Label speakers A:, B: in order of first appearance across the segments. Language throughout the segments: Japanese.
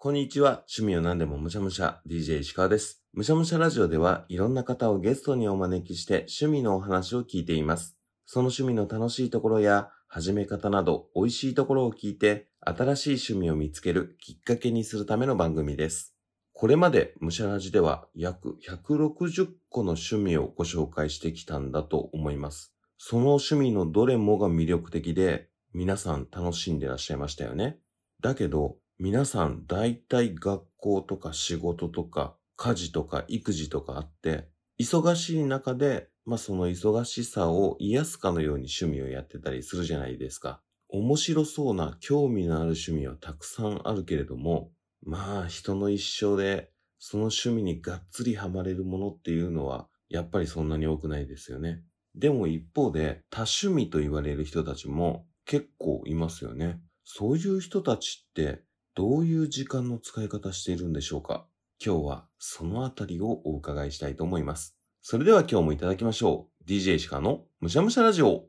A: こんにちは。趣味を何でもむしゃむしゃ、DJ 石川です。むしゃむしゃラジオでは、いろんな方をゲストにお招きして、趣味のお話を聞いています。その趣味の楽しいところや、始め方など、美味しいところを聞いて、新しい趣味を見つけるきっかけにするための番組です。これまで、むしゃラジでは、約160個の趣味をご紹介してきたんだと思います。その趣味のどれもが魅力的で、皆さん楽しんでらっしゃいましたよね。だけど、皆さん大体学校とか仕事とか家事とか育児とかあって、忙しい中で、まあその忙しさを癒すかのように趣味をやってたりするじゃないですか。面白そうな興味のある趣味はたくさんあるけれども、まあ人の一生でその趣味にがっつりハマれるものっていうのはやっぱりそんなに多くないですよね。でも一方で多趣味と言われる人たちも結構いますよね。そういう人たちってどういう時間の使い方しているんでしょうか今日はそのあたりをお伺いしたいと思います。それでは今日もいただきましょう。DJ 石川のむしゃむしゃラジオ。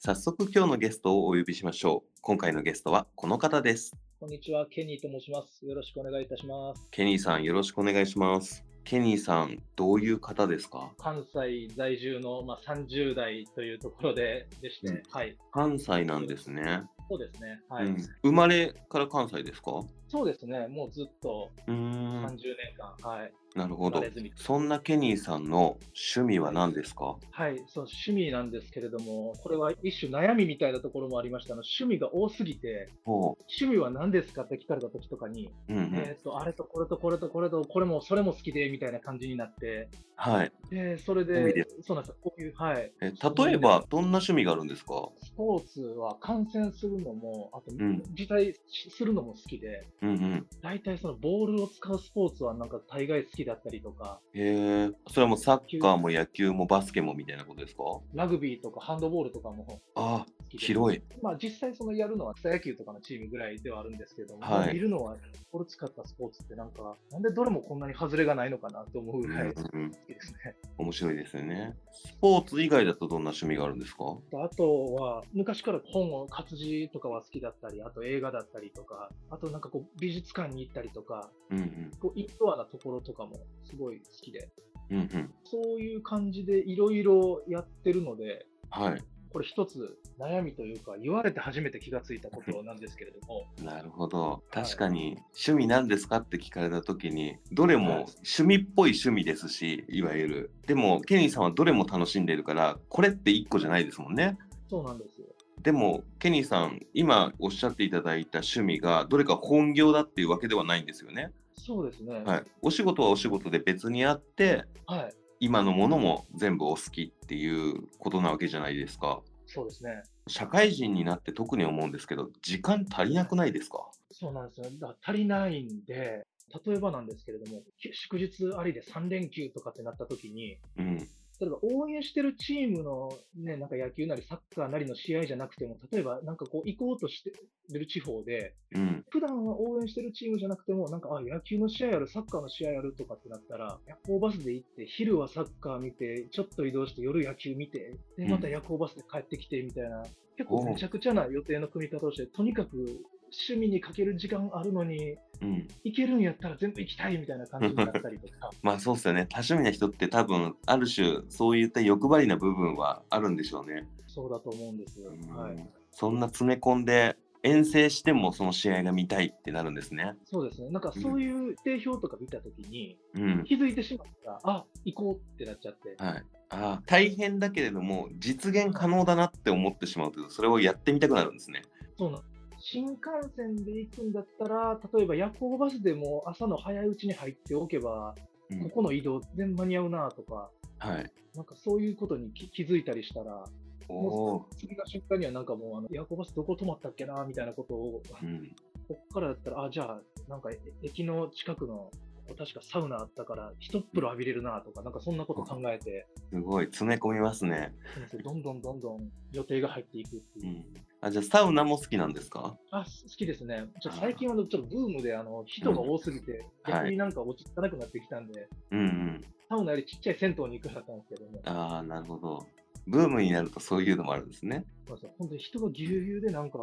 A: 早速今日のゲストをお呼びしましょう。今回のゲストはこの方です。
B: こんにちは、ケニーと申します。よろしくお願いいたします。
A: ケニーさんよろしくお願いします。ケニーさん、どういう方ですか
B: 関西在住の、まあ、30代というところででして、
A: うん
B: はい、
A: 関西なんですね。
B: そうですね、はい、
A: うん生まれから関西ですかう
B: そうですね、もうずっと
A: ーん
B: 30。年間、はい、
A: なるほ
B: 生ま
A: ど
B: れ。ずに
A: そんなケニーさんの趣味は何ですか
B: はい、その趣味なんですけれども、これは一種悩みみたいなところもありました。あの趣味が多すぎて、
A: ほ
B: 趣味は何ですかって聞かれた時とかに、
A: う。うんうん。
B: えっ、と、あれとこれとこれとこれと、これもそれも好きで、みたいな感じになって、
A: はい。
B: で、それ
A: 趣味
B: で
A: で、
B: そうなんですよ、こういう、はい、
A: え例えば、どんな趣味があるんですか
B: スポーツは観戦するのも、あと
A: ん、
B: 自体するのも好きで、
A: うんうん。
B: 大体そのボールを使うスポーツはなんか大概好きだったりとか、
A: へえ。それはもうサッカーも野球もバスケもみたいなことですか
B: ラグビーとかハンドボールとかも好
A: ああ、
B: きで、
A: 広い。
B: まあ実際そのやるのは草野球とかのチームぐらいではあるんですけども、
A: はい
B: 見るのはボール使ったスポーツってなんか、なんでどれもこんなに外れがないのかなと思うぐらい好
A: うんうん、
B: きですね。
A: 面白いですよね。スポーツ以外だとどんな趣味があるんですか
B: あとは、昔から本を、活字とかは好きだったり、あと映画だったりとか、あとなんかこう美術館に行ったりとか、
A: うんうん。
B: こうインドアなところとかもすごい好きで、
A: うんうん。
B: そういう感じでいろいろやってるので、
A: はい。
B: これ一つ悩みというか、言われて初めて気がついたことなんですけれども、
A: なるほど。
B: はい
A: 確かに、趣味なんですかって聞かれたときに、どれも趣味っぽい趣味ですし、いわゆる。でも、ケニーさんはどれも楽しんでいるから、これって一個じゃないですもんね。
B: そうなんですよ。
A: でも、ケニーさん、今おっしゃっていただいた趣味が、どれか本業だっていうわけではないんですよね。
B: そうですね。
A: はい。お仕事はお仕事で別にあって、
B: はい。
A: 今のものも全部お好きっていうことなわけじゃないですか。
B: そうですね。
A: 社会人になって特に思うんですけど、時間足りなくないですか
B: そうなんですよ。だから足りないんで、例えばなんですけれども、祝日ありで3連休とかってなった時に、
A: うん。
B: 例えば応援してるチームの、ね、なんか野球なりサッカーなりの試合じゃなくても、例えばなんかこう行こうとしてる地方で、
A: うん。
B: 普段は応援してるチームじゃなくても、なんか、あ、野球の試合やる、サッカーの試合やるとかってなったら、夜行バスで行って、昼はサッカー見て、ちょっと移動して夜野球見て、
A: う
B: で、
A: ん
B: また夜行バスで帰ってきて、みたいな、結
A: お
B: 構
A: う
B: めちゃくちゃな予定の組み方をして、とにかく趣味にかける時間あるのに、
A: うん。
B: 行けるんやったら全部行きたいみたいな感じになったりと か、
A: まあそうっすよね。多趣味な人って多分、ある種、そういった欲張りな部分はあるんでしょうね。
B: そうだと思うんですよ。は
A: う
B: い
A: ん。そんな詰め込んで、遠征してもその試合が見たいってなるんですね。
B: そうですね。なんかそういう定評とか見たときに、
A: うん。
B: 気づいてしまったら、あ、行こうってなっちゃって、
A: はい、あー大変だけれども実現可能だなって思ってしまうとそれをやってみたくなるんですね。
B: そうなん新幹線で行くんだったら、例えば夜行バスでも朝の早いうちに入っておけば、
A: うん
B: ここの移動全然間に合うなとか、
A: はい、
B: なんかそういうことに気気づいたりしたら、
A: お
B: も
A: お
B: う次の瞬間にはなんかもうあの夜行バスどこ止まったっけなみたいなことを、
A: ー、うん
B: こっからだったら、あ、じゃあ、なんかえ駅の近くの、ここ確かサウナあったから、一風呂浴びれるなとか、なんかそんなこと考えて、
A: すごい詰め込みますね。
B: どんどんどんどん予定が入っていくっていうう。
A: ん、あじゃあサウナも好きなんですか
B: あ、す好きですね。ちょ
A: あー
B: 最近はちょっとブームであの人が多すぎて、
A: うん
B: 逆になんか落ち着かなくなってきたんで、
A: うんうん。
B: サウナよりちっちゃい銭湯に行くようになったんですけども、
A: ああなるほど。ブームになるとそういうのもあるんですね。
B: そうそう本当に人がぎゅうぎゅうで、なんか、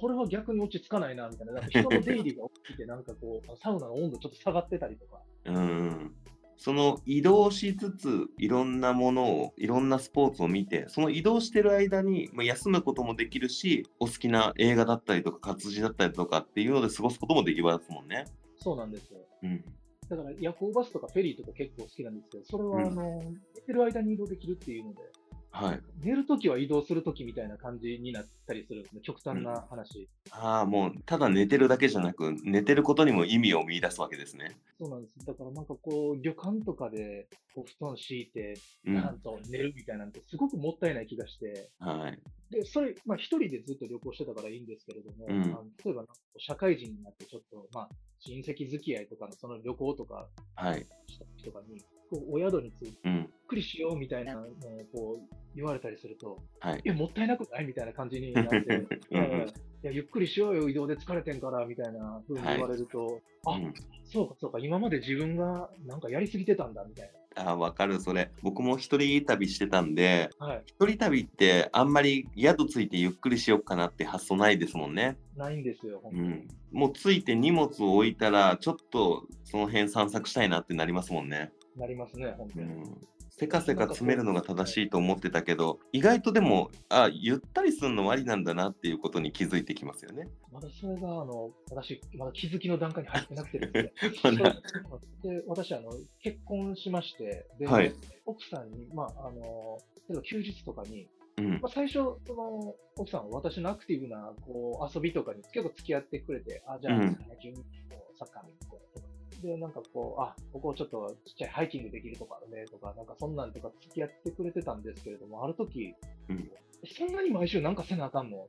B: これは逆に落ち着かないな、みたいな。なんか人の出入りが起きて、なんかこう、サウナの温度ちょっと下がってたりとか。
A: うん。その移動しつつ、いろんなものを、いろんなスポーツを見て、その移動してる間に、まあ、休むこともできるし、お好きな映画だったりとか、活字だったりとかっていうので過ごすこともできますもんね。
B: そうなんですよ。
A: うん。
B: だから夜行バスとかフェリーとか結構好きなんですけど、それはあの、寝てる間に移動できるっていうので、
A: はい。
B: 寝るときは移動するときみたいな感じになったりするんですね、極端な話。
A: ああ、もう、ただ寝てるだけじゃなく、寝てることにも意味を見出すわけですね。
B: そうなんです。だからなんかこう、旅館とかでお布団敷いて、
A: う。
B: なんんと寝るみたいなんてすごくもったいない気がして、
A: はい。
B: で、それ、まあ一人でずっと旅行してたからいいんですけれども、
A: うん
B: あの例えばなんかこう社会人になってちょっと、まあ親戚付き合いとかのその旅行とか
A: はい。
B: した時とかに、こうお宿について
A: うん。
B: ゆっくりしようみたいなのをこう言われたりすると、
A: はい
B: い。や、もったいなくないみたいな感じになって、い
A: うんう
B: やいやい
A: ん
B: やゆっくりしようよ、移動で疲れてんからみたいな風に言われると、
A: う
B: あ、
A: ん
B: そうかそうか、今まで自分がなんかやりすぎてたんだみたい
A: ああ、わかる、それ。僕も一人旅してたんで、
B: な。はい。
A: 一人旅ってあんまり宿ついてゆっくりしようかなって発想ないですもんね。
B: ないんですよ、本
A: う
B: 当に。
A: ん。もうついて荷物を置いたら、ちょっとその辺散策したいなってなりますもんね。
B: なりますね、本当
A: う
B: に。
A: ん。せかせか詰めるのが正しいと思ってたけど、意外とでも、あ、ゆったりするのもありなんだなっていうことに気づいてきますよね。。
B: まだそれが、あの、私、まだ気づきの段階に入ってなくてですね
A: まだ
B: そうで私、あの、結婚しまして、で、
A: はい
B: 奥さんに、まあ、あの、例えば休日とかに、
A: うん
B: ま。あ、最初、その奥さんは私のアクティブなこう遊びとかに結構付き合ってくれて、あじゃ
A: う
B: あ、
A: ん
B: 野球に行こうサッカーに行こうとか。で、なんかこう、あ、ここちょっとちっちゃいハイキングできるとかあるねとか、なんかそんなんとか付き合ってくれてたんですけれども、ある時、
A: うん
B: そんなに毎週なんかせなあかんの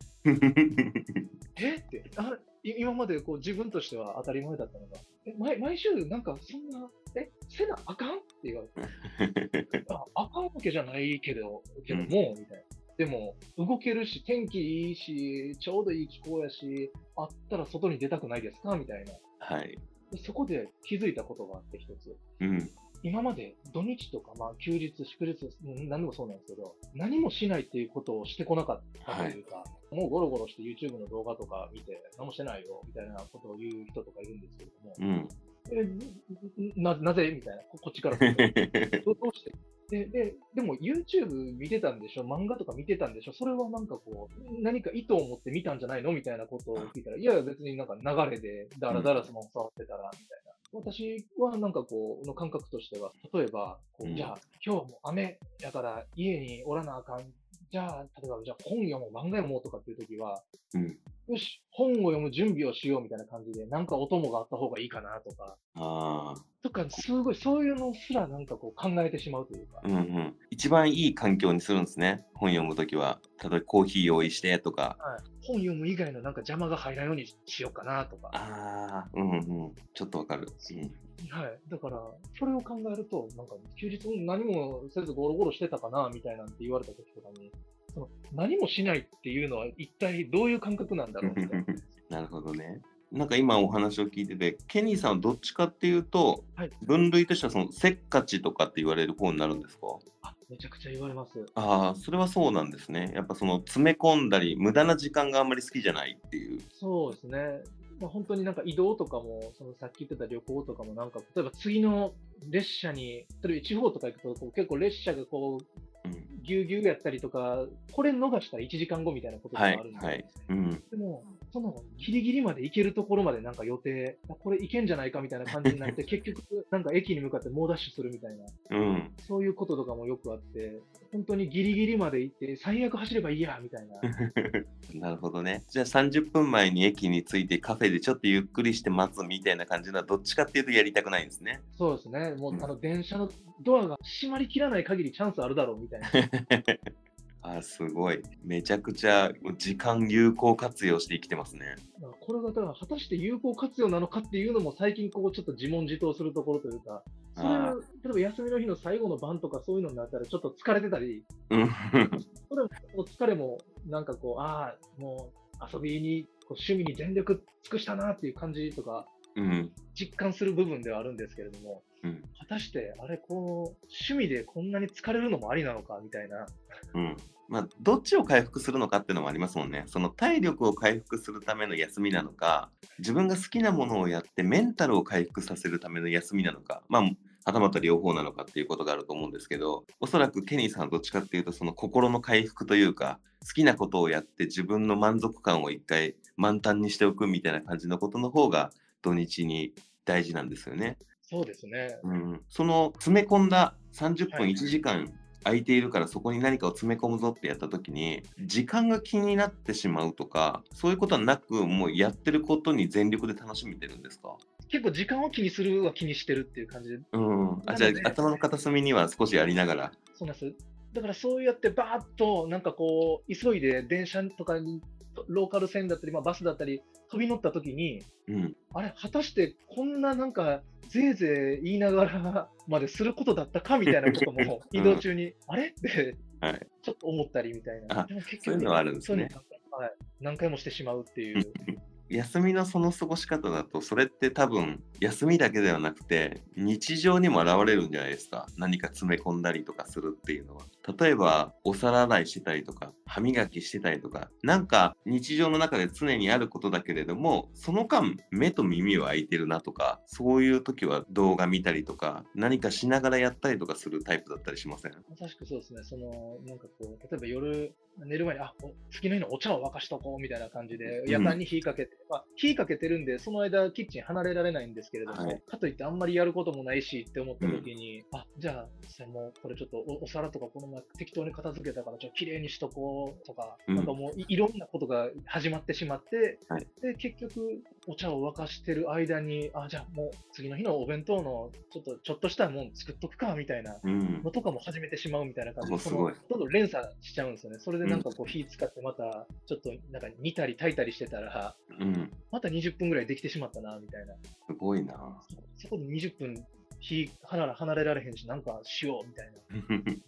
B: えって、あれ、い今までこう自分としては当たり前だったのが、え、毎毎週なんかそんな、え、せなあかんって言われてああかんわけじゃないけど、けども、みたいな。でも、動けるし、天気いいし、ちょうどいい気候やし、あったら外に出たくないですかみたいな。
A: はい。
B: でそこで気づいたことがあって一つ。
A: うん。
B: 今まで土日とか、まあ、休日、祝日、うん何でもそうなんですけど、何もしないっていうことをしてこなかったというか、もうゴロゴロして YouTube の動画とか見て、何もしてないよ、みたいなことを言う人とかいるんですけれども、
A: うん。
B: えななぜみたいな、ここっちからすると。どどうしてでででも YouTube 見てたんでしょ漫画とか見てたんでしょそれはなんかこう、何か意図を持って見たんじゃないのみたいなことを聞いたら、いやいや別になんか流れでダラダラスマホ触ってたら、みたいな。私はなんかこう、の感覚としては、例えば、こ
A: うん
B: うじゃあ今日はもう雨やから家におらなあかん。じゃあ、例えばじゃあ本読もう漫画読もうとかっていう時は、
A: うん
B: よし、本を読む準備をしようみたいな感じで、なんかお供があった方がいいかなとか、
A: ああ。
B: とか、すごい、そういうのすらなんかこう考えてしまうというか
A: う、んうん、一番いい環境にするんですね本読むときは例えばコーヒー用意してとか
B: 本読む以外のなんか邪魔が入らないようにしようかなとか、は
A: ああうんうんちょっとわかる、うん
B: い。だから、それを考えると、なんか休日も何もせずゴロゴロしてたかなみたいなんて言われた時とかに、その何もしないっていうのは一体どういう感覚なんだろうみたいな。
A: なるほどねなんか今お話を聞いててケニーさんはどっちかっていうと
B: はい
A: 分類としてはそのせっかちとかって言われる方になるんですか
B: あめちゃくちゃ言われます。
A: ああそれはそうなんですねやっぱその詰め込んだり無駄な時間があんまり好きじゃないっていう
B: そうですね。まあ、本当になんか移動とかも、そのさっき言ってた旅行とかもなんか、例えば次の列車に、例えば地方とか行くとこう結構列車がこう
A: うん
B: ぎゅうぎゅうやったりとか、これ逃したら1時間後みたいなこともあ
A: はい
B: るんで、
A: はいうん
B: でも、そのギリギリまで行けるところまでなんか予定、あこれ行けんじゃないかみたいな感じになって、結局、なんか駅に向かって猛ダッシュするみたいな、
A: うん
B: そういうこととかもよくあって、本当にギリギリまで行って、最悪走ればいいやみたい な、
A: なるほどね。じゃあ30分前に駅に着いてカフェでちょっとゆっくりして待つみたいな感じのはどっちかっていうとやりたくないんですね。
B: そうですね、もう
A: うん
B: あの電車のドアが閉まりきらない限りチャンスあるだろうみたいな、
A: あーすごい。めちゃくちゃ時間有効活用して生きてますね。
B: まあこれがだから果たして有効活用なのかっていうのも、最近、ここちょっと自問自答するところというか、それ
A: あ
B: は例えば休みの日の最後の晩とかそういうのになったらちょっと疲れてたり、
A: うん。
B: それもその疲れもなんかこう、ああ、もう遊びに、こう趣味に全力尽くしたなっていう感じとか、
A: うん。
B: 実感する部分ではあるんですけれども、
A: ううん
B: 果たして、あれ、こう、趣味でこんなに疲れるのもありなのかみたいな。
A: うんまあ、どっちを回復するのかっていうのもありますもんね。その体力を回復するための休みなのか、自分が好きなものをやってメンタルを回復させるための休みなのか、まあ、はたまた両方なのかっていうことがあると思うんですけど、おそらくケニーさんはどっちかっていうと、その心の回復というか、好きなことをやって自分の満足感を一回満タンにしておくみたいな感じのことの方が土日に大事なんですよね。
B: そうですね。
A: うん、その詰め込んだ30
B: は
A: 分
B: い
A: 1時間空いているからそこに何かを詰め込むぞってやった時に時間が気になってしまうとかそういうことはなくもうやってることに全力で楽しめてるんですか
B: 結構時間を気にするは気にしてるっていう感じで、
A: うんあじゃ
B: なの
A: あ
B: で
A: 頭の片隅には少しありながら
B: そうなんです。だからそうやってバーッと、なんかこう、急いで電車とかに、ローカル線だったり、まあ、バスだったり、飛び乗った時に、
A: うん
B: あれ、果たしてこんななんか、ぜいぜい言いながらまですることだったかみたいなことも、移動中に、あれって、
A: はい
B: ちょっと思ったりみたい
A: あ
B: な。でも結
A: そういうのはあるんですね
B: そういうのはい何回もしてしまうっていう。
A: 休みのその過ごし方だとそれって多分休みだけではなくて日常にも現れるんじゃないですか何か詰め込んだりとかするっていうのは例えばお皿洗いしてたりとか歯磨きしてたりとかなんか日常の中で常にあることだけれどもその間目と耳は開いてるなとかそういう時は動画見たりとか何かしながらやったりとかするタイプだったりしません
B: まさしくそうですね。その、なんかこう、例えば夜、寝る前に、あ、お次の日のお茶を沸かしとこうみたいな感じで
A: う、ん
B: 夜間に火かけて、まあ、火かけてるんで、その間、キッチン離れられないんですけれども、
A: はい
B: かといってあんまりやることもないしって思った時に、あ、じゃあ、それもうこれちょっとおお皿とかこの前適当に片付けたから、ちょっと綺麗にしとこうとか、
A: うん
B: なんかもういいろんなことが始まってしまって、
A: はい
B: で、結局、お茶を沸かしてる間に、あ、じゃあもう次の日のお弁当の、ちょっと、ちょっとしたもん作っとくか、みたいな。
A: うん
B: のとかも始めてしまうみたいな感じ
A: お
B: で、
A: す
B: そ
A: ごい
B: のどんどん連鎖しちゃうんですよね。それでなんかこう火使ってまたちょっとなんか煮たり炊いたりしてたら、
A: うん
B: また20分ぐらいできてしまったなみたいな。
A: すごいな
B: そそこで20分火離れ離れられへんし、なんかしようみたいな。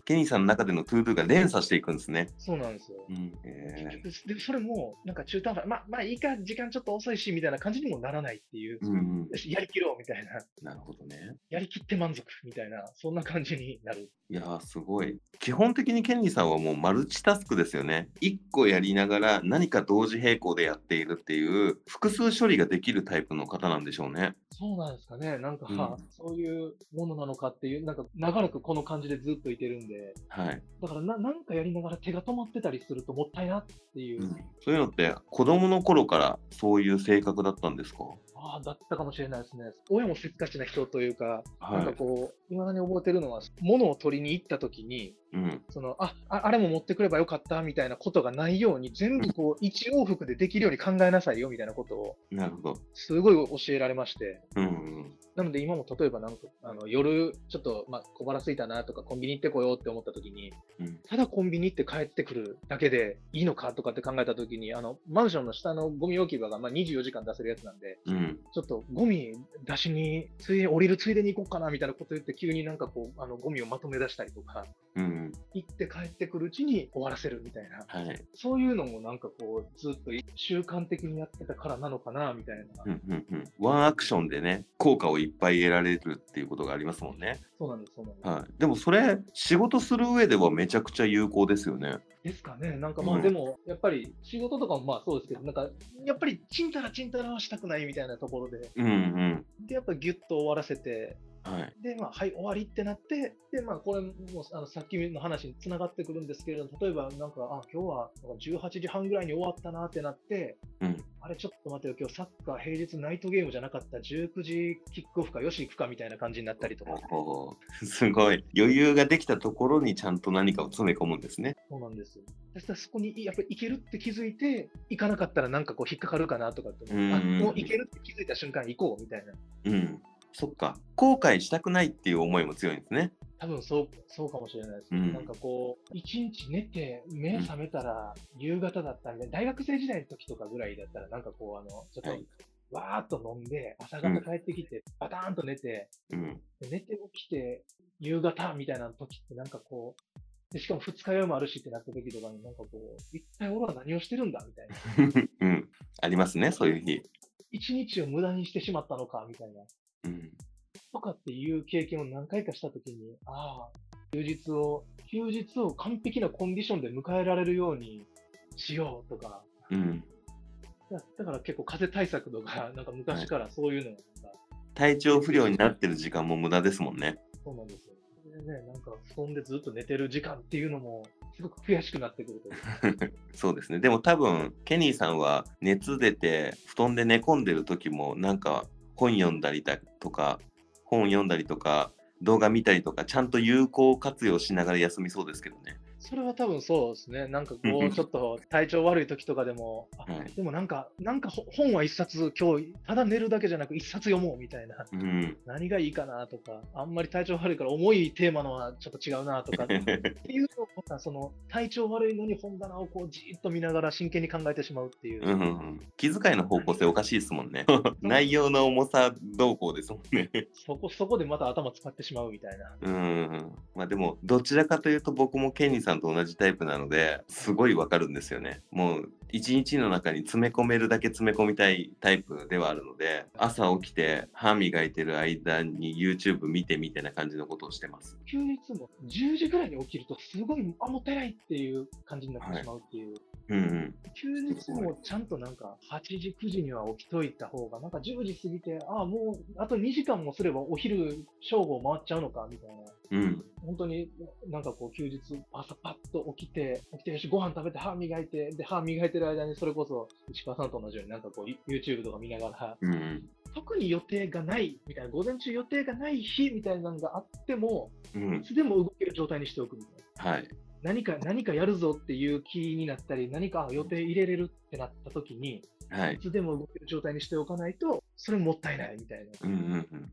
A: ケニーさんの中でのトゥードゥが連鎖していくんですね、
B: そうなんですよ。
A: うん
B: 結局でそれもなんか中途半端、まあまあいいか、時間ちょっと遅いしみたいな感じにもならないっていう、
A: うんうん
B: よし、やりきろうみたいな、
A: なるほどね
B: やりきって満足みたいな、そんな感じになる。
A: いやーすごい基本的にケンリーさんはもうマルチタスクですよね1個やりながら何か同時並行でやっているっていう複数処理ができるタイプの方なんでしょうね
B: そうなんですかね、なんか、
A: うん
B: そういうものなのかっていう、なんか長らくこの感じでずっといてるんで、
A: はい、
B: だからな、なんかやりながら手が止まってたりするともったいなっていう、
A: うんそういうのって子供の頃からそういう性格だったんですか
B: ああ、だったかもしれないですね。親もせっかちな人というか、
A: は
B: なんか
A: い、
B: こう、いまだに覚えてるのは、物を取りに行った時に、
A: うん、
B: そのああ、あれも持ってくればよかったみたいなことがないように、全部こう、一往復でできるように考えなさいよみたいなことを、
A: なるほど
B: すごい教えられまして。
A: うんうん
B: なので今も例えばなんかあの夜ちょっとまあ小腹空いたなとかコンビニ行ってこようって思った時に
A: うん
B: ただコンビニ行って帰ってくるだけでいいのかとかって考えた時にあのマンションの下のゴミ置き場がまあ24時間出せるやつなんで
A: うん
B: ちょっとゴミ出しについ降りるついでに行こうかなみたいなこと言って急になんかこうあのゴミをまとめ出したりとか
A: うん
B: 行って帰ってくるうちに終わらせるみたいな
A: はい
B: そういうのもなんかこうずっと習慣的にやってたからなのかなみたいな
A: うんうんうんワンアクションでね効果をいっぱい得られるっていうことがありますもんね
B: そうなんですそうなんです。
A: はいでもそれ仕事する上ではめちゃくちゃ有効ですよね
B: ですかね、なんかま
A: うん
B: あでも、やっぱり仕事とかもまあそうですけど、なんかやっぱりちんたらちんたらはしたくないみたいなところで、
A: うんうん
B: で、やっぱぎゅっと終わらせて、
A: はい
B: で、まあ、はい、終わりってなって、で、まあ、これもあのさっきの話につながってくるんですけれども、例えばなんか、あ、今日はなんか18時半ぐらいに終わったなってなって、
A: うん
B: あれ、ちょっと待てよ、今日サッカー平日ナイトゲームじゃなかった、19時キックオフか、よし行くかみたいな感じになったりとか、
A: おー すごい余裕ができたところにちゃんと何かを詰め込むんですね。
B: そうなんですよ。そしたらそこにやっぱり行けるって気づいて、行かなかったらなんかこう引っかかるかなとかって思って、あ
A: うんうん
B: もう行けるって気づいた瞬間行こうみたいな。
A: うん。そっか。後悔したくないっていう思いも強いんですね。
B: 多分そう、そうかもしれないです。
A: うん
B: なんかこう、一日寝て、目覚めたら夕方だったみたいな、大学生時代の時とかぐらいだったら、なんかこう、あの、ちょっと、
A: はい
B: わーっと飲んで、朝方帰ってきて、バターンと寝て、
A: うん。
B: で寝て起きて、夕方みたいな時ってなんかこう、でしかも二日酔いもあるしってなった時とかになんかこう、一体俺は何をしてるんだみたいな。
A: うん。ありますね、そういう日。
B: 一日を無駄にしてしまったのかみたいな
A: うん。
B: とかかっていう経験を何回かしたときに、ああ、休日を、休日を完璧なコンディションで迎えられるようにしようとか、
A: うん。
B: だだから結構風邪対策とか、なんか昔からそういうのが、
A: 体調不良になってる時間も無駄ですもんね。
B: そうなんですよ。それでね、なんか布団でずっと寝てる時間っていうのも、すごく悔しくなってくるというか
A: そうですね。でも多分、ケニーさんは熱出て、布団で寝込んでる時も、なんか本読んだりだとか、本読んだりとか、動画見たりとか、ちゃんと有効活用しながら休みそうですけどね。
B: それは多分そうですね。なんかこ
A: うんうん
B: う、ちょっと体調悪い時とかでも、あ
A: はい。
B: でもなんか、なんかほ本は一冊、今日、ただ寝るだけじゃなく一冊読もうみたいな、
A: うん。
B: 何がいいかなとか、あんまり体調悪いから重いテーマのはちょっと違うなとか、 っていうのを、またその体調悪いのに本棚をこうじーっと見ながら真剣に考えてしまうっていう。
A: うんうんうん気遣いの方向性おかしいですもんね。内容の重さどうこうですもんね。
B: そこ、そこでまた頭使ってしまうみたいな。
A: うん。まあでも、どちらかというと僕もケニーさんと同じタイプなので、すごいわかるんですよね。もう、一日の中に詰め込めるだけ詰め込みたいタイプではあるので、朝起きて歯磨いてる間に YouTube 見てみたいな感じのことをしてます。
B: 休日も10時ぐらいに起きると、すごい、あ、もったいないっていう感じになってしまうっていう。
A: うんうん。
B: 休日もちゃんとなんか8時、9時には起きといた方が、なんか10時過ぎて、ああ、もうあと2時間もすればお昼、正午回っちゃうのかみたいな、
A: うん。
B: 本当になんかこう休日、朝パッと起きて、起きてよし、ご飯食べて、歯磨いて、で、歯磨いてる間にそれこそ石川さんと同じように、なんかこう YouTube とか見ながら、
A: うんうん。
B: 特に予定がないみたいな、午前中予定がない日みたいなのがあっても、
A: うん
B: い。つでも動ける状態にしておくみたいな。
A: はい。
B: 何か、何かやるぞっていう気になったり、何かあ予定入れれるってなった時に、
A: はい
B: い。つでも動ける状態にしておかないと、それもったいないみたいな。
A: うんうんうん。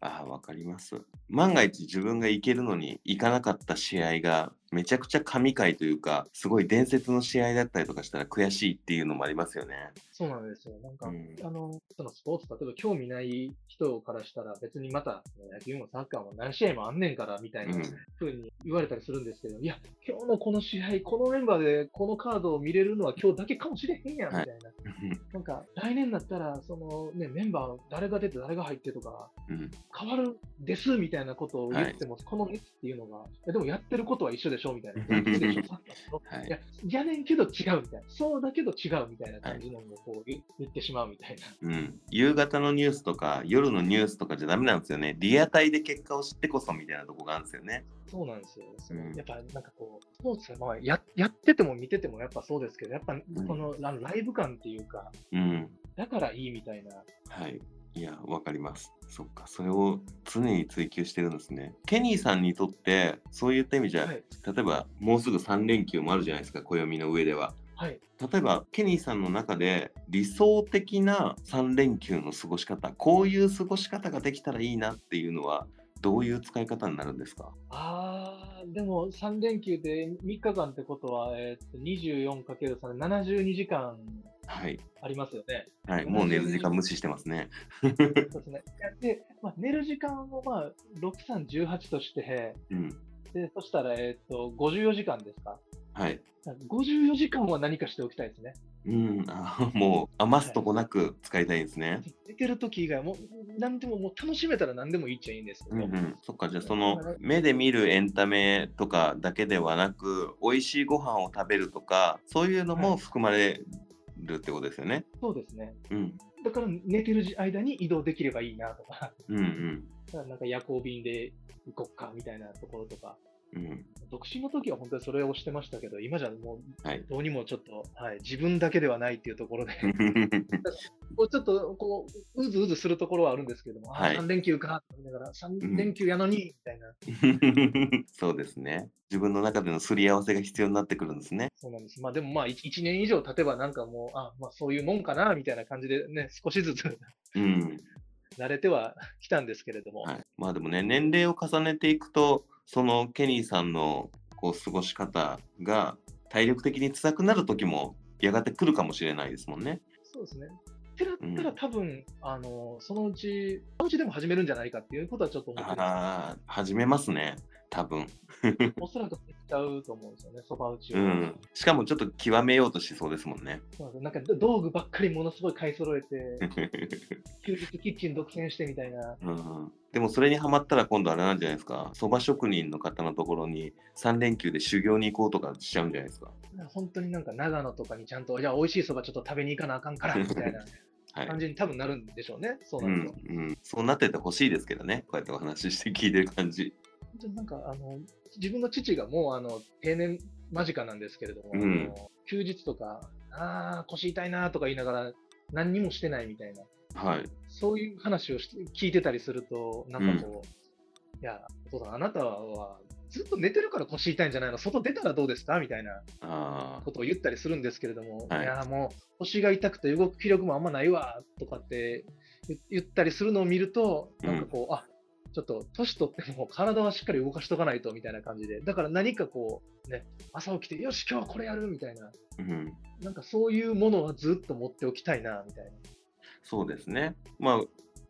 A: ああ、わかります。万が一自分が行けるのに行かなかった試合がめちゃくちゃ神回というか、すごい伝説の試合だったりとかしたら悔しいっていうのもありますよね。
B: そうなんですよ。なんか、
A: うん
B: あの、そのスポーツ、例えば興味ない人からしたら、別にまた野球もサッカーも何試合もあんねんから、みたいな
A: うん
B: 風に言われたりするんですけど、いや、今日のこの試合、このメンバーでこのカードを見れるのは今日だけかもしれへんやん、み
A: は
B: た
A: い
B: いな。なんか、来年だったら、そのね、メンバー、誰が出て誰が入ってとか、
A: うん、
B: 変わるですみたいなことを言っても、この熱っていうのが、いやでもやってることは一緒でしょみたいな。やってるでしょサッカーと
A: はい
B: いや、やねんけど違うみたいな。そうだけど違うみたいな感じのをこう言言ってしまうみたいな。
A: うん、夕方のニュースとか夜のニュースとかじゃダメなんですよね。リアタイで結果を知ってこそみたいなとこがあるんですよね。
B: そうなんですよ。その
A: うん
B: やっぱなんかこう、スポーツはまあややってても見ててもやっぱそうですけど、やっぱ
A: ん
B: このあのライブ感っていうか、
A: うん。
B: だからいいみたいな。
A: はい。いや、わかります。そっか、それを常に追求してるんですね。ケニーさんにとって、そういった意味じゃ、
B: はい。
A: 例えばもうすぐ3連休もあるじゃないですか、暦の上では。
B: はい。
A: 例えばケニーさんの中で理想的な3連休の過ごし方こういう過ごし方ができたらいいなっていうのはどういう使い方になるんですか
B: あー、でも3連休で3日間ってことは、えーっと 24×3、72時間
A: はい、
B: ありますよね。
A: はい、もう寝る時間無視してますね。
B: そうですね。で、まあ、寝る時間をまあ、6、3、18として、
A: うん、
B: で、そしたら、えっ、と、54時間ですか
A: はい、
B: ?54 時間は何かしておきたいですね。
A: うん、あ もう余すとこなく使いたいんですね。
B: 寝てる時以外はもう、何でも、もう楽しめたら何でもいいっちゃいいんですけ
A: うん
B: ど、
A: うん、そっかじゃあその目で見るエンタメとかだけではなく美味しいご飯を食べるとかそういうのも含まれるってことですよね。
B: そうですね。
A: うん、
B: だから、寝てる間に移動できればいいなとか、
A: うん、うん、
B: だからなんか夜行便で行こっかみたいなところとか、
A: うん、
B: 独身の時は本当にそれをしてましたけど、今じゃも、
A: はいう
B: どうにもちょっと、はい、自分だけではないっていうところで、こうちょっとこううずうずするところはあるんですけども、あ
A: はい
B: 3連休かと思いなが
A: う
B: ら、
A: ん
B: 3連休やのにみたいな、
A: そうですね。自分の中でのすり合わせが必要になってくるんですね。
B: そうなんです。まあでもまあ 1, 年以上経てばなんかもう、あまあそういうもんかなみたいな感じでね、少しずつ
A: うん。
B: 慣れてはきたんですけれども、
A: はい、まあでもね、年齢を重ねていくと、そのケニーさんのこう過ごし方が体力的に辛くなる時もやがて来るかもしれないですもんね。
B: そうですね。ってなったら多分、あの、そのうち、そのうちでも始めるんじゃないかっていうことはちょっと思ってます。
A: ああ、始めますね。多分。
B: おそらくできちゃうと思うんですよね、そば打ちを。
A: うん。しかもちょっと極めようとしそうですもんね。
B: そうなんですよなんかど道具ばっかりものすごい買い揃えて、休日キッチン独占してみたいな。
A: うん、でもそれにハマったら今度あれなんじゃないですか。そば職人の方のところに3連休で修行に行こうとかしちゃうんじゃないですか。
B: 本当になんか長野とかにちゃんと、じゃあ美味しいそばちょっと食べに行かなあかんから、みたいな
A: はい。
B: 感じに多分なるんでしょうね。そ
A: う
B: うなんると。
A: うん、そうなっててほしいですけどね、こうやってお話しして聞いてる感じ。
B: 本当になんかあの自分の父がもうあの定年間近なんですけれども、
A: うん
B: あの休日とか、ああ、腰痛いなとか言いながら、何にもしてないみたいな、
A: はい。
B: そういう話をして聞いてたりすると、なんかこう、いや、お父さん、あなたはずっと寝てるから腰痛いんじゃないの、外出たらどうですかみたいな
A: あ
B: ことを言ったりするんですけれども、
A: はい
B: い、や、もう腰が痛くて動く気力もあんまないわとかって言言ったりするのを見ると、なんかこう、あちょっと年取っても体はしっかり動かしとかないとみたいな感じで、だから何かこう、ね、朝起きて、よし、今日はこれやるみたいな、
A: あ、うん。
B: なんかそういうものはずっと持っておきたいなみたいな。
A: そうですね。まあ、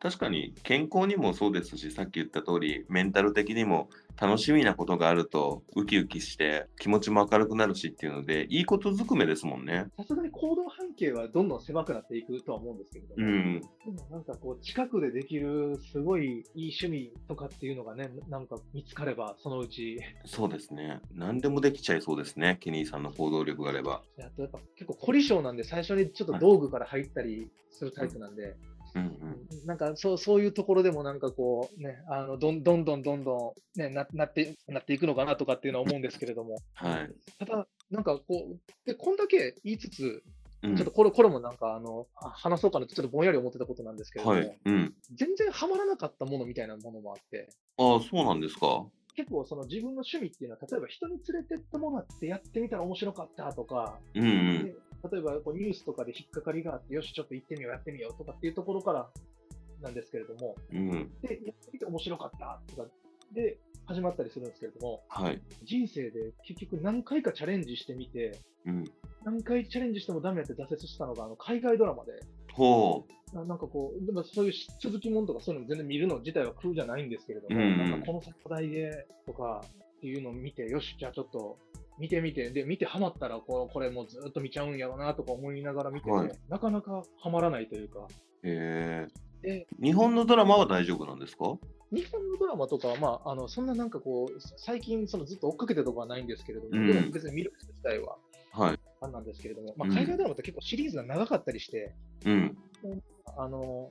A: 確かに健康にもそうですし、さっき言った通り、メンタル的にも楽しみなことがあると、ウキウキして、気持ちも明るくなるしっていうので、いいことずくめですもんね。
B: さすがに行動半径はどんどん狭くなっていくとは思うんですけれども、
A: うん。
B: でもなんかこう、近くでできるすごいいい趣味とかっていうのがね、なんか見つかれば、そのうち
A: そうですね。何でもできちゃいそうですね、ケニーさんの行動力があれば。
B: であとやっぱ結構凝り性なんで、最初にちょっと道具から入ったりするタイプなんで、
A: うんうん。
B: なんかそうそういうところでもなんかこう、ね、あのどんどんどんどんどん、ね、ななってなっていくのかなとかっていうのは思うんですけれども、
A: はい。
B: ただ、なんかこう、でこんだけ言いつつ、
A: う
B: ちょっと
A: ん、
B: これこれもなんかあのあ話そうかなってちょっとぼんやり思ってたことなんですけれども、
A: はい。うん。
B: 全然ハマらなかったものみたいなものもあって。
A: ああ、そうなんですか。
B: 結構その自分の趣味っていうのは、例えば人に連れてってもらってやってみたら面白かったとか、
A: うんうん。
B: で例えばこうニュースとかで引っかかりがあって、よし、ちょっと行ってみよう、やってみようとかっていうところからなんですけれども、
A: うん。
B: で、やってみて面白かったとか、で、始まったりするんですけれども、
A: はい。
B: 人生で結局何回かチャレンジしてみて、
A: うん。
B: 何回チャレンジしてもダメだって挫折したのが、あの海外ドラマで、
A: ほ
B: ななんかこう、でもそういう続きもんとかそういうの全然見るの自体は苦じゃないんですけれども、
A: うんうん
B: なんかこの作題でとかっていうのを見て、よし、じゃあちょっと見てみて、で、見てハマったらこう、これもうずっと見ちゃうんやろなとか思いながら見てて、
A: はい
B: なかなかハマらないというか、
A: う。へえ
B: で。
A: 日本のドラマは大丈夫なんですか
B: 日本のドラマとかは、まあ、あのそんななんかこう、最近そのずっと追っかけてたとかはないんですけれども、
A: うん
B: でも別に見る自体は
A: はい。
B: あんなんですけれども、まあ、
A: うん
B: 海外ドラマって結構シリーズが長かったりして、
A: うん。
B: あの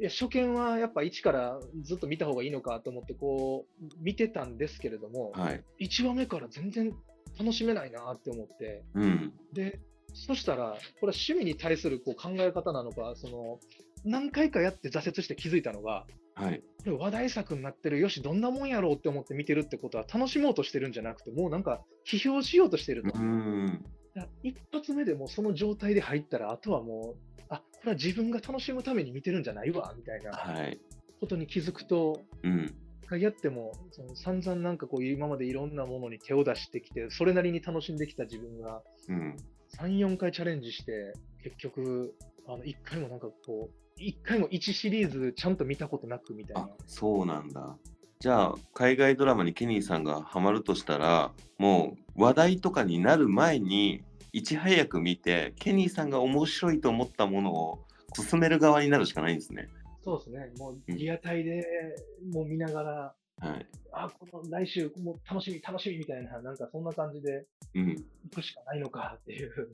B: いや初見はやっぱ一からずっと見た方がいいのかと思ってこう見てたんですけれども、
A: はい。
B: 1話目から全然楽しめないなって思って
A: うん。
B: でそしたらこれは趣味に対するこう考え方なのかその何回かやって挫折して気づいたのが
A: はい。
B: これ話題作になってるよしどんなもんやろうって思って見てるってことは楽しもうとしてるんじゃなくてもうなんか批評しようとしてると
A: う。ん。
B: だから一発目でもうその状態で入ったら、あとはもう、あこれは自分が楽しむために見てるんじゃないわみたいな
A: はい。
B: ことに気づくと、
A: うん。
B: 一回やっても、その散々なんかこう、今までいろんなものに手を出してきて、それなりに楽しんできた自分が、
A: うん。
B: 3、4回チャレンジして、結局、あの1回もなんかこう、一回も1シリーズちゃんと見たことなくみたい
A: あ
B: な。、
A: そうなんだ。じゃあ、海外ドラマにケニーさんがハマるとしたら、もう話題とかになる前に、いち早く見て、ケニーさんが面白いと思ったものを進める側になるしかないんですね。
B: そうですね、もう
A: うん
B: リアタイでもう見ながら、
A: はい。
B: あ、この来週もう楽しみ、楽しみみたいな、なんかそんな感じで
A: うん。
B: 行くしかないのかっていう。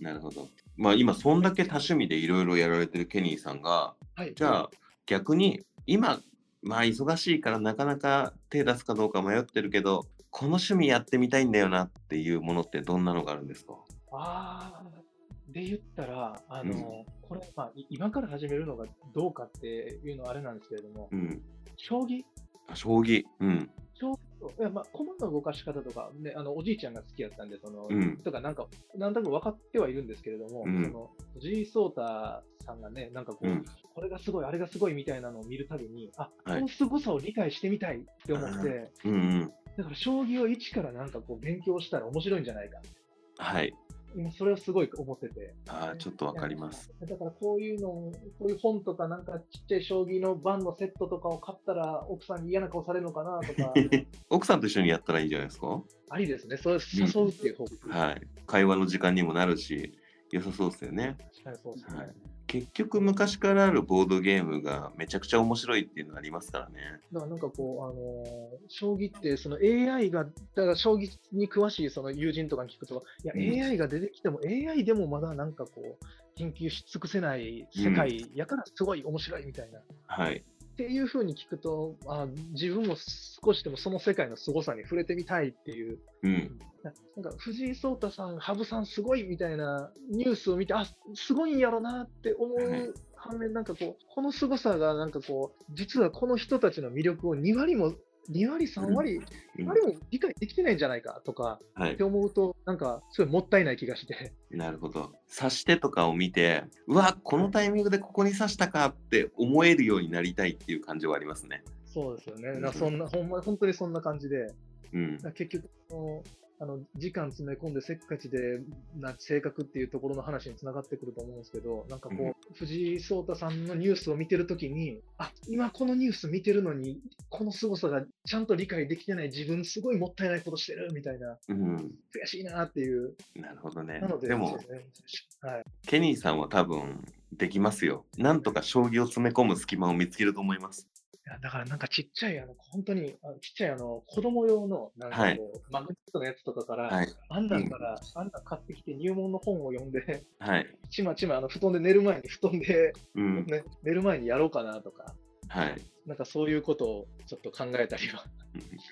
A: なるほど。まあ今そんだけ多趣味でいろいろやられてるケニーさんが
B: はい、
A: じゃあ逆に今まあ忙しいからなかなか手出すかどうか迷ってるけどこの趣味やってみたいんだよなっていうものってどんなのがあるんですか
B: あーで言ったら、あの
A: うん
B: これ、まあ、い今から始めるのがどうかっていうのはあれなんですけれども、
A: うん。
B: 将棋
A: あ将棋。うん。
B: 将棋といや、まあ、駒の動かし方とか、ね、あのおじいちゃんが好きやったんで、その
A: うん
B: とか、なんか、なんとなく分かってはいるんですけれども、
A: うん
B: その藤井聡太さんがね、なんかこう、
A: うん
B: これがすごい、あれがすごいみたいなのを見るたびに、あ、
A: はい
B: この凄さを理解してみたいって思って、
A: うんうん。
B: だから将棋を一からなんかこう勉強したら面白いんじゃないか
A: はい。
B: 今それをすごい思ってて。
A: ああ、ちょっとわかります。
B: だからこういうの、こういう本とかなんかちっちゃい将棋の盤のセットとかを買ったら奥さんに嫌な顔されるのかな とか、
A: 奥さんと一緒にやったらいいんじゃないですか
B: ありですね。それ誘うっていう方法。
A: はい。会話の時間にもなるし、良さそうですよね。
B: 確かにそうですね。
A: はい結局、昔からあるボードゲームがめちゃくちゃ面白いっていうのありますからね。
B: だからなんかこう、あのー将棋ってその AI が、だから将棋に詳しいその友人とかに聞くと、いや、
A: うん
B: AI が出てきても AI でもまだなんかこう、研究し尽くせない世界やからすごい面白いみたいな。
A: はい。
B: っていうふうに聞くとあ、自分も少しでもその世界の凄さに触れてみたいっていう、
A: うん。
B: ななんか藤井聡太さん、羽生さんすごいみたいなニュースを見て、あすごいんやろなって思
A: はい
B: うん反面、なんかこう、この凄さが、なんかこう、実はこの人たちの魅力を2割も、2割、3割、
A: う
B: 2
A: ん
B: 割も理解できてないんじゃないかとか
A: はい
B: って。思うと、なんかすごいもったいない気がして、
A: なるほど。刺してとかを見て、うわ、このタイミングでここに刺したかって思えるようになりたいっていう感情はありますね。
B: そうですよね、
A: うん
B: なそんなほんま、本当にそんな感じで。
A: うん
B: だか。ら結局そのあの時間詰め込んでせっかちでな性格っていうところの話につながってくると思うんですけどなんかこう、
A: うん
B: 藤井聡太さんのニュースを見てるときにあ今このニュース見てるのにこの凄さがちゃんと理解できてない自分すごいもったいないことしてるみたいな
A: うん。
B: 悔しいなっていう
A: なるほどね
B: なの。で
A: でも、
B: そうですねはい、
A: ケニーさんは多分できますよ。なんとか将棋を詰め込む隙間を見つけると思います。
B: いやだからなんかちっちゃいあの本当にあちっちゃいあの子供用のなんかこう、
A: はい
B: マグネットのやつとかから、
A: はい。
B: あんなんから、あんなん買ってきて入門の本を読んで
A: はい。
B: ちまちまあの布団で寝る前に布団で、
A: うん。
B: ね、寝る前にやろうかなとか、
A: はい。
B: なんかそういうことをちょっと考えたりは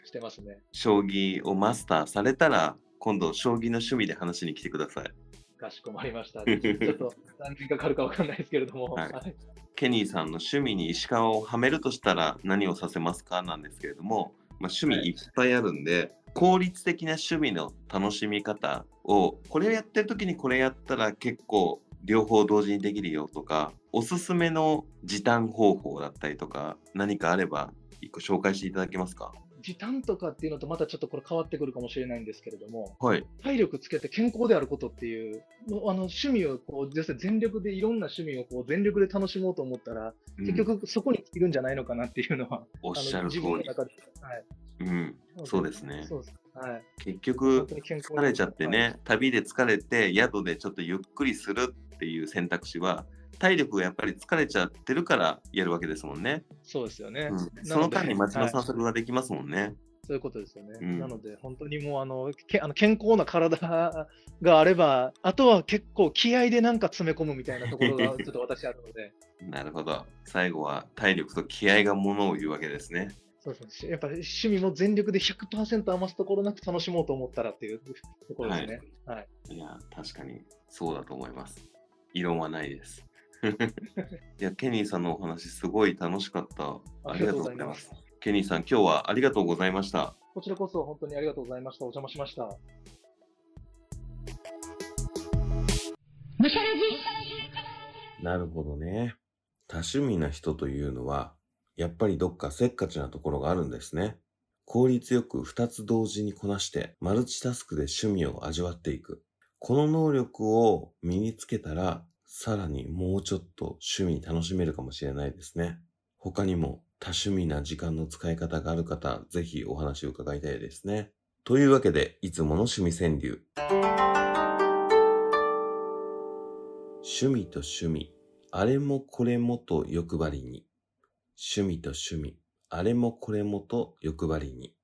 B: してますね。
A: 将棋をマスターされたら、今度、将棋の趣味で話しに来てください。
B: かしこまりました。ちょっと何年かかるかわかんないですけれども、
A: はい
B: はい
A: ケニーさんの趣味に石川をはめるとしたら何をさせますかなんですけれども、まあ、趣味いっぱいあるんで、効率的な趣味の楽しみ方をこれをやってる時にこれやったら結構両方同時にできるよとかおすすめの時短方法だったりとか何かあれば一個紹介していただけますか
B: 時短とかっていうのとまたちょっとこれ変わってくるかもしれないんですけれども、
A: はい
B: 体力つけて健康であることっていう、のあの趣味をこう、要するに全力でいろんな趣味をこう全力で楽しもうと思ったら、
A: うん
B: 結局そこにいるんじゃないのかなっていうのは、
A: おっ
B: あ
A: しゃ
B: の
A: る通
B: 自分の
A: り、
B: 中で。はい
A: うん、そうですね
B: そうです。はい。
A: 結局
B: 本当に健康
A: 疲れちゃってね、旅で疲れて宿でちょっとゆっくりするっていう選択肢は体力がやっぱり疲れちゃってるからやるわけですもんね、
B: そうですよね。
A: うん
B: なので
A: その間に街の散
B: はい
A: 策ができますもんね、
B: そういうことですよね。
A: うん
B: なので、本当にもうあのけあの健康な体があれば、あとは結構気合でなんか詰め込むみたいなところがちょっと私あるの で、
A: なるほど最後は体力と気合がものを言うわけですね
B: そうですね。やっぱり趣味も全力で100%余すところなく楽しもうと思ったらっていうところですね。はい。
A: いや確かにそうだと思います異論はないです いやケニーさんのお話すごい楽しかったありがとうございます。ケニーさん今日はありがとうございました
B: こちらこそ本当にありがとうございました。お邪魔しました。
C: むしゃらじ
A: なるほどね。多趣味な人というのは、やっぱりどっかせっかちなところがあるんですね。効率よく2つ同時にこなして、マルチタスクで趣味を味わっていく。この能力を身につけたら、さらにもうちょっと趣味楽しめるかもしれないですね。他にも多趣味な時間の使い方がある方、ぜひお話を伺いたいですね。というわけで、いつもの趣味川柳。趣味と趣味、あれもこれもと欲張りに。趣味と趣味、あれもこれもと欲張りに。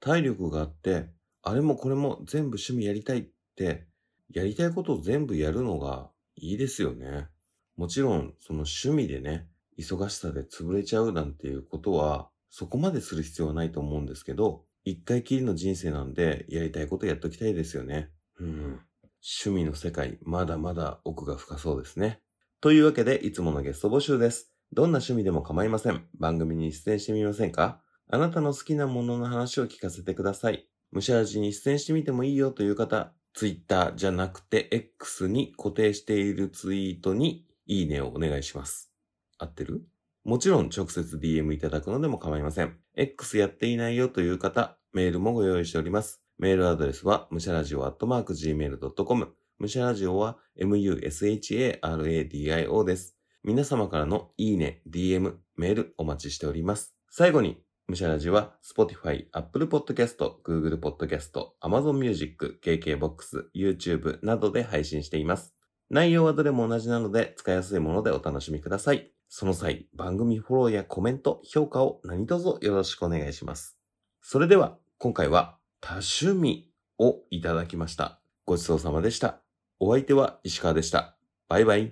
A: 体力があって、あれもこれも全部趣味やりたいって、やりたいことを全部やるのがいいですよね。もちろん、その趣味でね、忙しさで潰れちゃうなんていうことは、そこまでする必要はないと思うんですけど、一回きりの人生なんで、やりたいことやっときたいですよね。うん。趣味の世界、まだまだ奥が深そうですね。というわけで、いつものゲスト募集です。どんな趣味でも構いません。番組に出演してみませんかあなたの好きなものの話を聞かせてください。むしゃらじに出演してみてもいいよという方、Twitter じゃなくて X に固定しているツイートにいいねをお願いします。合ってるもちろん直接 DM いただくのでも構いません。X やっていないよという方、メールもご用意しております。メールアドレスは、むしゃらじを gmail.com、むしゃラジオは musharadio です。皆様からのいいね、DM、メールお待ちしております。最後に、むしゃラジは Spotify、Apple Podcast、Google Podcast、Amazon Music、KKBOX、YouTube などで配信しています。内容はどれも同じなので使いやすいものでお楽しみください。その際、番組フォローやコメント、評価を何卒よろしくお願いします。それでは、今回は多趣味をいただきました。ごちそうさまでした。お相手は石川でした。バイバイ。